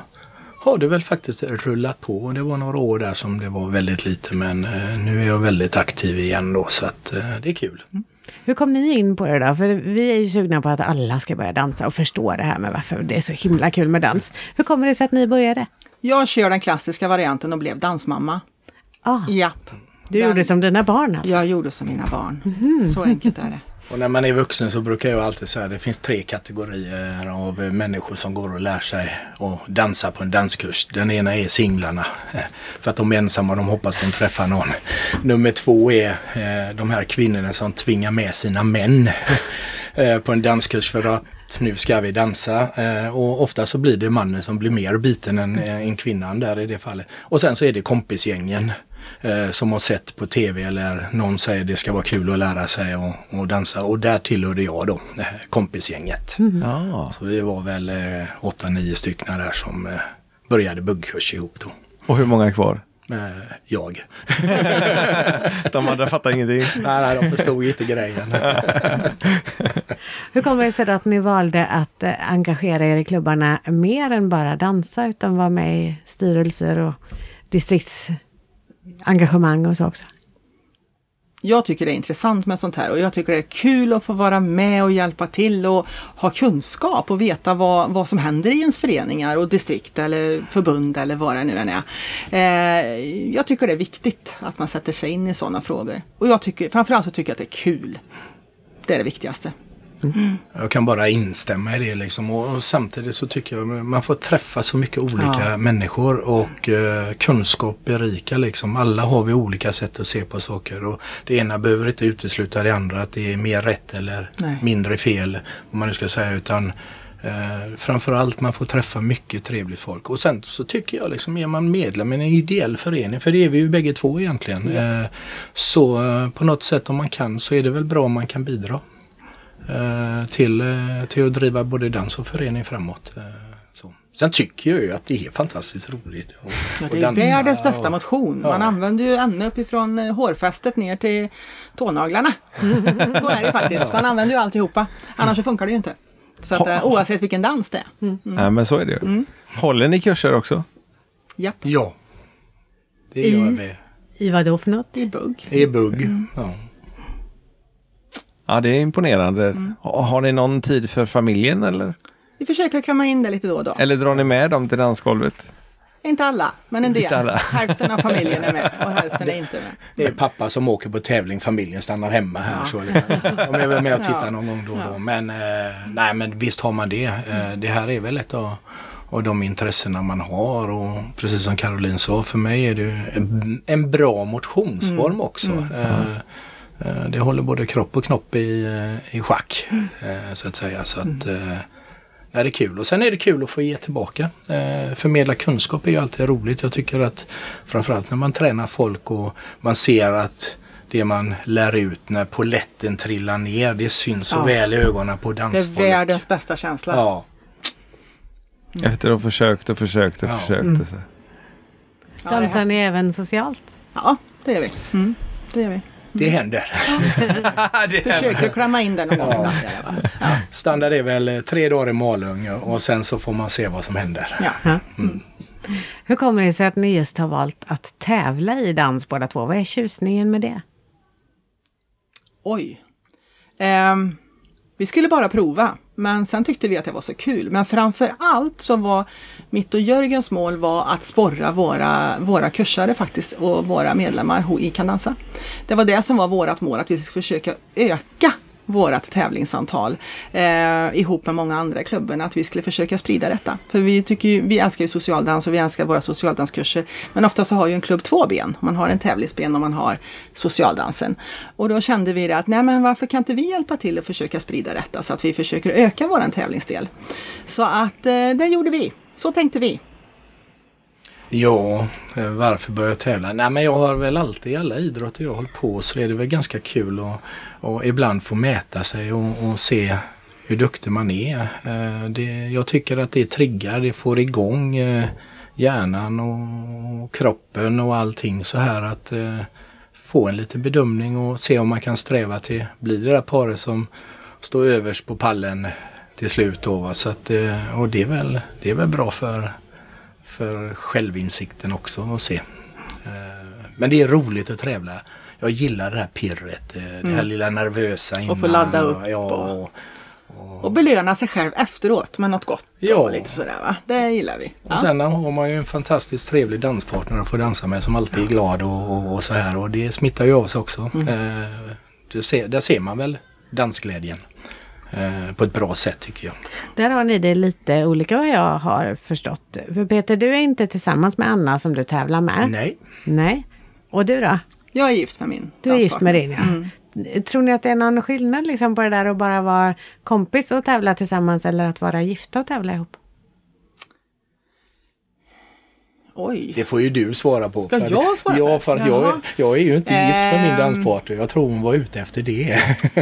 Speaker 3: har det väl faktiskt rullat på. Och Det var några år där som det var väldigt lite men eh, nu är jag väldigt aktiv igen då så att eh, det är kul.
Speaker 1: Hur kom ni in på det då? För vi är ju sugna på att alla ska börja dansa och förstå det här med varför det är så himla kul med dans. Hur kommer det sig att ni började?
Speaker 4: Jag kör den klassiska varianten och blev dansmamma.
Speaker 1: Ah,
Speaker 4: Japp.
Speaker 1: du
Speaker 4: Den-
Speaker 1: gjorde som dina barn alltså?
Speaker 4: Jag gjorde som mina barn. Så enkelt är det.
Speaker 3: Och när man är vuxen så brukar jag alltid säga att det finns tre kategorier av eh, människor som går och lär sig att dansa på en danskurs. Den ena är singlarna, eh, för att de är ensamma och de hoppas de träffar någon. Nummer två är eh, de här kvinnorna som tvingar med sina män eh, på en danskurs för att nu ska vi dansa eh, och ofta så blir det mannen som blir mer biten än, eh, än kvinnan där i det fallet. Och sen så är det kompisgängen eh, som har sett på tv eller någon säger det ska vara kul att lära sig och, och dansa och där tillhörde jag då eh, kompisgänget.
Speaker 2: Mm. Ja.
Speaker 3: Så vi var väl eh, åtta, nio stycken där som eh, började buggkurs ihop då.
Speaker 2: Och hur många är kvar?
Speaker 3: Eh, jag.
Speaker 2: De andra fattar ingenting.
Speaker 3: nej, nej, de förstod inte grejen.
Speaker 1: Hur kommer det sig då att ni valde att eh, engagera er i klubbarna mer än bara dansa utan vara med i styrelser och distriktsengagemang och så också?
Speaker 4: Jag tycker det är intressant med sånt här och jag tycker det är kul att få vara med och hjälpa till och ha kunskap och veta vad, vad som händer i ens föreningar och distrikt eller förbund eller vad det nu än är. Eh, jag tycker det är viktigt att man sätter sig in i sådana frågor. Och jag tycker, framförallt så tycker jag att det är kul. Det är det viktigaste.
Speaker 3: Jag kan bara instämma i det liksom. och, och samtidigt så tycker jag man får träffa så mycket olika människor och eh, kunskap berikar liksom. Alla har vi olika sätt att se på saker och det ena behöver inte utesluta det andra att det är mer rätt eller
Speaker 4: Nej.
Speaker 3: mindre fel om man nu ska säga utan eh, framförallt man får träffa mycket trevligt folk och sen så tycker jag liksom är man medlem i en ideell förening för det är vi ju bägge två egentligen eh, så eh, på något sätt om man kan så är det väl bra om man kan bidra eh, till, eh, till att driva både dans och förening framåt. eh, Så. Sen tycker jag ju att det är fantastiskt roligt. att-
Speaker 4: Ja,
Speaker 3: att
Speaker 4: det är
Speaker 3: dansa
Speaker 4: världens bästa
Speaker 3: och-
Speaker 4: motion. Man
Speaker 3: Ja.
Speaker 4: använder ju ända uppifrån eh, hårfästet ner till tånaglarna. så är det faktiskt. Man använder ju alltihopa. Annars så funkar det ju inte. Så att, eh, oavsett vilken dans det är.
Speaker 2: Nej, men så är det ju. Håller ni kurser också?
Speaker 4: Japp.
Speaker 3: Ja. Det
Speaker 1: I-
Speaker 3: gör vi.
Speaker 1: I vad då för något?
Speaker 4: I bugg.
Speaker 3: I bugg.
Speaker 4: Mm.
Speaker 3: Ja.
Speaker 2: Ja, det är imponerande. Ha- Har ni någon tid för familjen eller?
Speaker 4: Vi försöker klämma in det lite då och då.
Speaker 2: Eller drar ni med dem till dansgolvet?
Speaker 4: Inte alla, men en del.
Speaker 2: Inte alla.
Speaker 4: Hälften av familjen är med och hälften är inte med.
Speaker 3: Det är pappa som åker på tävling, familjen stannar hemma här. Så det, de är väl med och tittar någon gång då och då. Men, eh, nej, men visst har man det. Eh, det här är väl ett av, av de intressena man har. Och precis som Caroline sa, för mig är det ju en, en bra motionsform också. Eh, eh, det håller både kropp och knopp i, eh, i schack eh, så att säga. Så att, eh, Ja, det är kul och sen är det kul att få ge tillbaka. Eh, förmedla kunskap är ju alltid roligt. Jag tycker att framförallt när man tränar folk och man ser att det man lär ut när poletten trillar ner, det syns så
Speaker 4: Ja.
Speaker 3: väl i ögonen på
Speaker 4: Det är
Speaker 3: dansfolk.
Speaker 4: världens bästa känsla.
Speaker 3: Ja,
Speaker 2: Efter att ha försökt och försökt och
Speaker 3: Ja. Mm.
Speaker 2: försökt. Och så.
Speaker 4: Ja, det
Speaker 1: Dansar
Speaker 4: är-
Speaker 1: ni även socialt?
Speaker 4: Ja, det gör vi. Mm, det gör vi.
Speaker 3: det händer.
Speaker 4: Försöker klämma in det någon gång
Speaker 3: Ja.
Speaker 4: ibland. i alla fall.
Speaker 3: Standard är väl eh, tre dagar i Malung och sen så får man se vad som händer.
Speaker 4: Ja.
Speaker 1: Hur kommer det sig att ni just har valt att tävla i dans båda två? Vad är tjusningen med det?
Speaker 4: Oj. Ehm, vi skulle bara prova, men sen tyckte vi att det var så kul. Men framför allt så var mitt och Jörgens mål var att sporra våra, våra kursare faktiskt och våra medlemmar ho- i Kan dansa. Det var det som var vårt mål, att vi skulle försöka öka vårat tävlingsantal eh, ihop med många andra i klubben, att vi skulle försöka sprida detta. För vi, tycker ju, vi älskar ju socialdans och vi älskar våra socialdanskurser. Men ofta så har ju en klubb två ben. Man har en tävlingsben och man har socialdansen. Och då kände vi det att nej men varför kan inte vi hjälpa till och försöka sprida detta så att vi försöker öka våran tävlingsdel. Så att eh, det gjorde vi. Så tänkte vi.
Speaker 3: Ja, eh, varför börja tävla? Nej men jag har väl alltid i alla idrotter jag hållit på så är det väl ganska kul att och ibland få mäta sig och, och se hur duktig man är. Eh, det, jag tycker att det triggar, det får igång eh, hjärnan och, och kroppen och allting så här att eh, få en liten bedömning och se om man kan sträva till, blir det där paret som står överst på pallen till slut då. va? Så att, eh, och det är väl, det är väl bra för, för självinsikten också att se. Eh, Men det är roligt att tävla. Jag gillar det här pirret, eh, det här lilla nervösa innan.
Speaker 4: Mm. få ladda upp
Speaker 3: och, ja,
Speaker 4: och-
Speaker 3: och,
Speaker 4: Och belöna sig själv efteråt med något gott.
Speaker 3: Ja.
Speaker 4: Och lite sådär, va? Det gillar vi. Ja.
Speaker 3: Och sen har man ju en fantastiskt trevlig danspartner att få dansa med som alltid är glad och, och, och så här och det smittar ju av sig också.
Speaker 4: Mm.
Speaker 3: Eh, det ser, där ser man väl dansglädjen eh, på ett bra sätt tycker jag.
Speaker 1: Där har ni det lite olika vad jag har förstått. För Peter, du är inte tillsammans med Anna som du tävlar med?
Speaker 3: Nej,
Speaker 1: Nej. Och du då?
Speaker 4: Jag är gift med min
Speaker 1: Du är gift
Speaker 4: danspartner.
Speaker 1: med din ja.
Speaker 4: Mm.
Speaker 1: Tror ni att det är någon skillnad liksom på det där att bara vara kompis och tävla tillsammans eller att vara gifta och tävla ihop?
Speaker 4: Oj.
Speaker 3: det får ju du svara på.
Speaker 4: Ska
Speaker 3: För-
Speaker 4: jag svara på
Speaker 3: Ja,
Speaker 4: det?
Speaker 3: för att
Speaker 4: Jaha.
Speaker 3: jag, jag är ju inte gift med min
Speaker 4: Ehm.
Speaker 3: danspartner. Jag tror hon var ute efter det.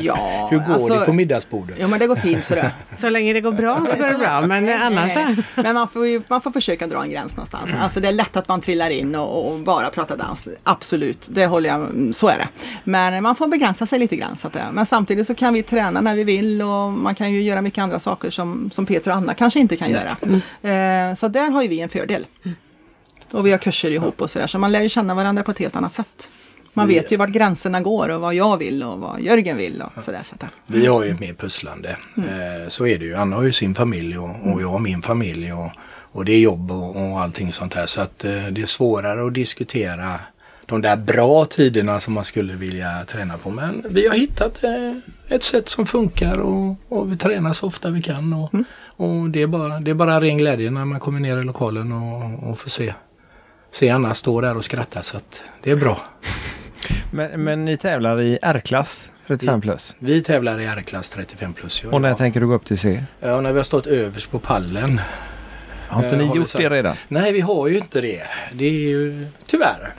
Speaker 4: Ja,
Speaker 3: Hur går
Speaker 4: alltså-
Speaker 3: det på middagsbordet?
Speaker 4: Jo men det går fint sådär.
Speaker 1: Så länge det går bra så går det bra, men annars då?
Speaker 4: Eh, Men man får, ju, man får försöka dra en gräns någonstans. Alltså det är lätt att man trillar in och, och bara pratar dans. Absolut, det håller jag, mm, så är det. Men man får begränsa sig lite grann. Så att, det- men samtidigt så kan vi träna när vi vill och man kan ju göra mycket andra saker som, som Peter och Anna kanske inte kan göra.
Speaker 1: Mm.
Speaker 4: Eh, så där har ju vi en fördel. Och vi har kurser ihop och sådär. Så man lär ju känna varandra på ett helt annat sätt. Man vet ju vart gränserna går och vad jag vill och vad Jörgen vill och sådär. Så att, eh. det-
Speaker 3: Vi har ju ett mer pusslande.
Speaker 2: Mm.
Speaker 3: Eh, så är det ju. Anna har ju sin familj och, och jag har min familj. Och, och det är jobb och, och allting sånt här. Så att eh, det är svårare att diskutera de där bra tiderna som man skulle vilja träna på. Men vi har hittat eh, ett sätt som funkar och, och vi tränar så ofta vi kan. Och,
Speaker 2: Mm.
Speaker 3: och det, är bara, det är bara ren glädje när man kommer ner i lokalen och, och får se, se Anna stå där och skratta. Så att det är bra.
Speaker 2: Men, men ni tävlar i R-klass 35 plus?
Speaker 3: Vi tävlar i R-klass 35 plus.
Speaker 2: Och när tänker du gå upp till C?
Speaker 3: Ja, när vi har stått överst på pallen.
Speaker 2: Har inte
Speaker 3: Eh,
Speaker 2: ni
Speaker 3: har vi
Speaker 2: gjort
Speaker 3: sagt.
Speaker 2: det redan?
Speaker 3: Nej, vi har ju inte det. Det är ju tyvärr.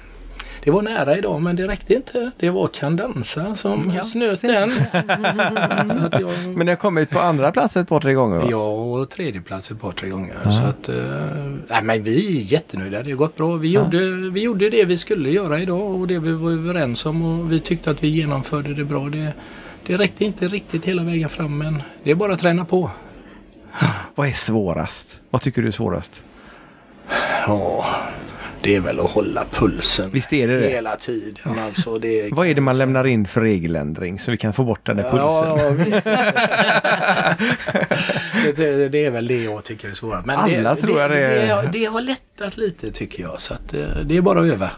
Speaker 3: Det var nära idag men det räckte inte. Det var Kandansa som
Speaker 4: Ja,
Speaker 3: snöt
Speaker 4: se.
Speaker 3: den. Så att jag,
Speaker 2: Men ni har kommit på andra plats ett par, tre gånger va?
Speaker 3: jag och tredjeplats ett par tre gånger. Så att, eh, nej, men vi är jättenöjda. Det har gått bra. Vi, gjorde, vi gjorde det vi skulle göra idag och det vi var överens om och vi tyckte att vi genomförde det bra. Det, det räckte inte riktigt hela vägen fram men det är bara att träna på.
Speaker 2: Vad är svårast? Vad tycker du är svårast?
Speaker 3: Ja, det är väl att hålla pulsen.
Speaker 2: Visst är det det?
Speaker 3: Hela tiden alltså. Det
Speaker 2: Vad är det man lämnar in för regeländring så vi kan få bort den där pulsen?
Speaker 3: Ja, jag vet. det, det, det är väl det jag tycker är svårast. Men
Speaker 2: Alla
Speaker 3: det,
Speaker 2: tror jag
Speaker 3: det,
Speaker 2: det är.
Speaker 3: det, det har lättat lite tycker jag. Så att, eh, det är bara att öva.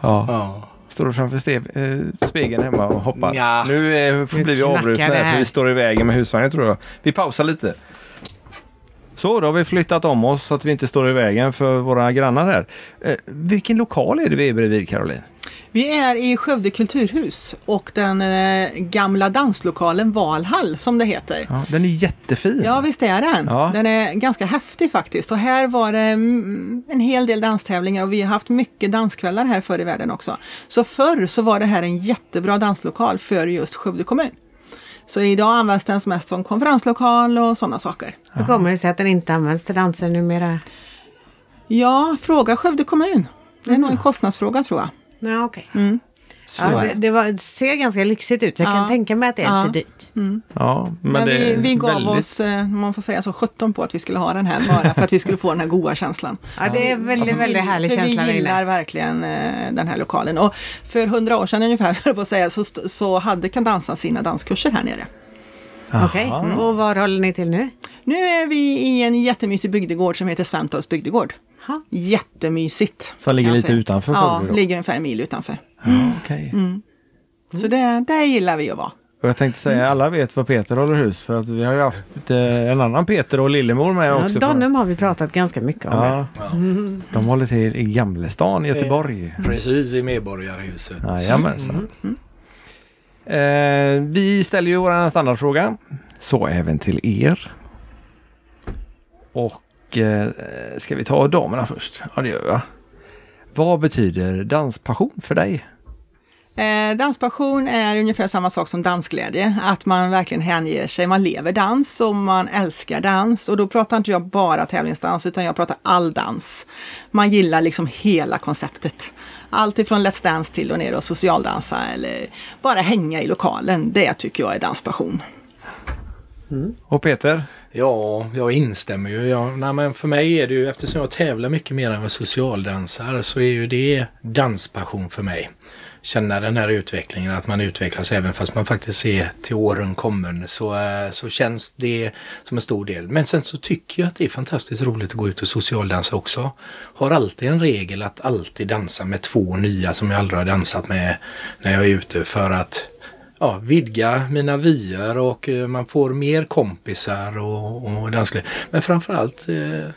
Speaker 2: Ja.
Speaker 3: Ja.
Speaker 2: Står du framför ste- eh, spegeln hemma och hoppar?
Speaker 3: Nja.
Speaker 2: Nu eh, får-
Speaker 1: Nu
Speaker 2: blir vi avbrutna
Speaker 1: knackar det
Speaker 2: här för
Speaker 1: här.
Speaker 2: vi står i vägen med husvagnen tror jag. Vi pausar lite. Så, då har vi flyttat om oss så att vi inte står i vägen för våra grannar här. Eh, vilken lokal är det vi är bredvid Caroline?
Speaker 4: Vi är i Skövde kulturhus och den eh, gamla danslokalen Valhall som det heter.
Speaker 2: Ja, den är jättefin.
Speaker 4: Ja visst är den.
Speaker 2: Ja.
Speaker 4: Den är ganska häftig faktiskt. Och här var det mm, en hel del danstävlingar och vi har haft mycket danskvällar här förr i världen också. Så förr så var det här en jättebra danslokal för just Skövde kommun. Så idag används den mest som konferenslokal och sådana saker.
Speaker 1: Hur kommer det sig att den inte används till danser numera?
Speaker 4: Ja, fråga Skövde kommun. Det är nog en kostnadsfråga tror jag.
Speaker 1: Ja, okej.
Speaker 4: Mm.
Speaker 1: Ja, det, det var, ser ganska lyxigt ut, så jag
Speaker 4: Ja.
Speaker 1: kan tänka mig att det är
Speaker 4: Ja. Mm.
Speaker 1: lite dyrt.
Speaker 2: Ja, men,
Speaker 4: Men
Speaker 2: det
Speaker 4: vi,
Speaker 2: är
Speaker 4: vi gav
Speaker 2: väldigt...
Speaker 4: oss, eh, om man får säga så, 17 på att vi skulle ha den här bara för att vi skulle få den här goda känslan.
Speaker 1: Ja, det är väldigt, väldigt härlig
Speaker 4: för
Speaker 1: känsla
Speaker 4: vi
Speaker 1: där
Speaker 4: gillar
Speaker 1: inne.
Speaker 4: verkligen eh, den här lokalen. Och för 100 år sedan ungefär, höll jag på att säga, så, st- så hade Kandansa sina danskurser här nere.
Speaker 1: Okej, och var håller ni till nu?
Speaker 4: Nu är vi i en jättemysig bygdegård som heter Sventorps bygdegård.
Speaker 1: Ha.
Speaker 4: Jättemysigt.
Speaker 2: Som ligger
Speaker 4: kan jag
Speaker 2: lite
Speaker 4: säga.
Speaker 2: utanför
Speaker 4: Ja,
Speaker 2: Skövde då.
Speaker 4: ligger ungefär en mil utanför.
Speaker 2: Ja, okej. Mm.
Speaker 4: Så det, det gillar vi att vara.
Speaker 2: Och jag tänkte säga, alla vet vad Peter håller hus för att vi har ju haft eh, en annan Peter och Lillemor med
Speaker 1: Ja,
Speaker 2: också. från-
Speaker 1: Donum har vi pratat ganska mycket om. Ja.
Speaker 2: Ja. De håller till i Gamlestan i Göteborg.
Speaker 3: Precis i Medborgarhuset.
Speaker 2: Jajamensan. Eh, vi ställer ju vår standardfråga. Så även till er. Och eh, ska vi ta damerna först? Ja, det gör vi va? Vad betyder danspassion för dig?
Speaker 4: Eh, danspassion är ungefär samma sak som dansglädje, att man verkligen hänger sig. Man lever dans och man älskar dans. Och då pratar inte jag bara tävlingsdans, utan jag pratar all dans. Man gillar liksom hela konceptet. Allt ifrån Let's Dance till och ner och socialdansa eller bara hänga i lokalen. Det tycker jag är danspassion.
Speaker 2: Och Peter?
Speaker 3: Ja, jag instämmer ju. Jag, nej, men för mig är det ju, eftersom jag tävlar mycket mer än vad socialdansar, så är ju det danspassion för mig. Känna den här utvecklingen, att man utvecklas även fast man faktiskt är till åren kommen, så, eh, så känns det som en stor del. Men sen så tycker jag att det är fantastiskt roligt att gå ut och socialdansa också. Har alltid en regel att alltid dansa med två nya som jag aldrig har dansat med när jag är ute för att ja, vidga mina vyer och eh, man får mer kompisar och, och dansglädje. Men framförallt eh,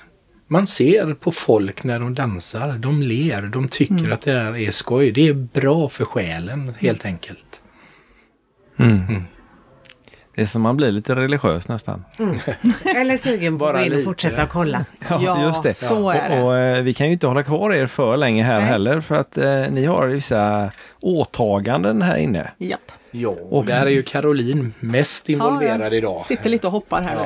Speaker 3: man ser på folk när de dansar. De ler, de tycker att det där är skoj. Det är bra för själen helt enkelt.
Speaker 2: Det är som man blir lite religiös nästan.
Speaker 1: Eller sugen på att
Speaker 3: Bara
Speaker 1: gå in och
Speaker 3: lite.
Speaker 1: fortsätta och kolla.
Speaker 4: Ja, så är det.
Speaker 2: Och, och, eh, vi kan ju inte hålla kvar er för länge här
Speaker 1: Nej.
Speaker 2: heller för att eh, ni har vissa åtaganden här inne.
Speaker 4: Japp.
Speaker 3: Ja, och där är ju Caroline mest involverad idag.
Speaker 4: Sitter lite och hoppar här. då.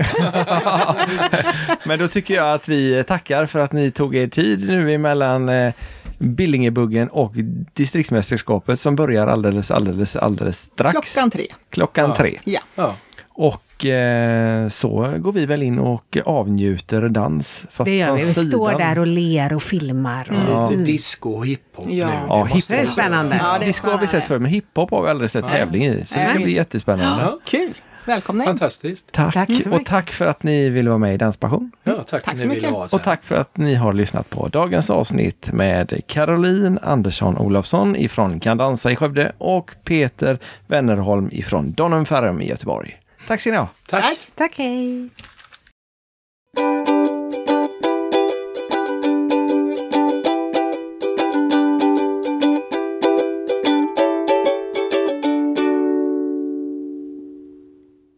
Speaker 2: Men då tycker jag att vi tackar för att ni tog er tid nu emellan eh, Billingebuggen och distriktsmästerskapet som börjar alldeles, alldeles, alldeles strax.
Speaker 4: Klockan tre.
Speaker 2: Klockan tre.
Speaker 4: Ja.
Speaker 3: Ja.
Speaker 2: Och eh, så går vi väl in och avnjuter dans. Fast
Speaker 1: Det gör
Speaker 2: från
Speaker 1: vi. Vi står
Speaker 2: sidan.
Speaker 1: där och ler och filmar. Och...
Speaker 3: Lite disco och hiphop
Speaker 4: Ja.
Speaker 3: nu.
Speaker 2: Ja,
Speaker 3: måste
Speaker 1: Mm.
Speaker 2: hiphop.
Speaker 1: Det är
Speaker 3: jag säga.
Speaker 1: spännande.
Speaker 4: Ja, det är
Speaker 2: Disco har vi sett
Speaker 4: spännande.
Speaker 2: förr, men hiphop har vi aldrig sett tävling i. Så det ska
Speaker 4: Nej.
Speaker 2: bli jättespännande.
Speaker 3: Ja,
Speaker 4: Kul! Välkomna in.
Speaker 3: fantastiskt.
Speaker 2: Tack!
Speaker 1: Tack så mycket.
Speaker 2: och tack för att ni ville vara med i Danspassion.
Speaker 3: Ja, tack, för att ni
Speaker 4: så mycket.
Speaker 3: ville ha oss
Speaker 2: Och
Speaker 3: här.
Speaker 2: tack för att ni har lyssnat på dagens avsnitt med Caroline Andersson Olofsson ifrån Kan Dansa i Skövde och Peter Wennerholm ifrån Donnum Ferrum i Göteborg. Tack ska ni ha!
Speaker 3: tack.
Speaker 1: Tack, hej!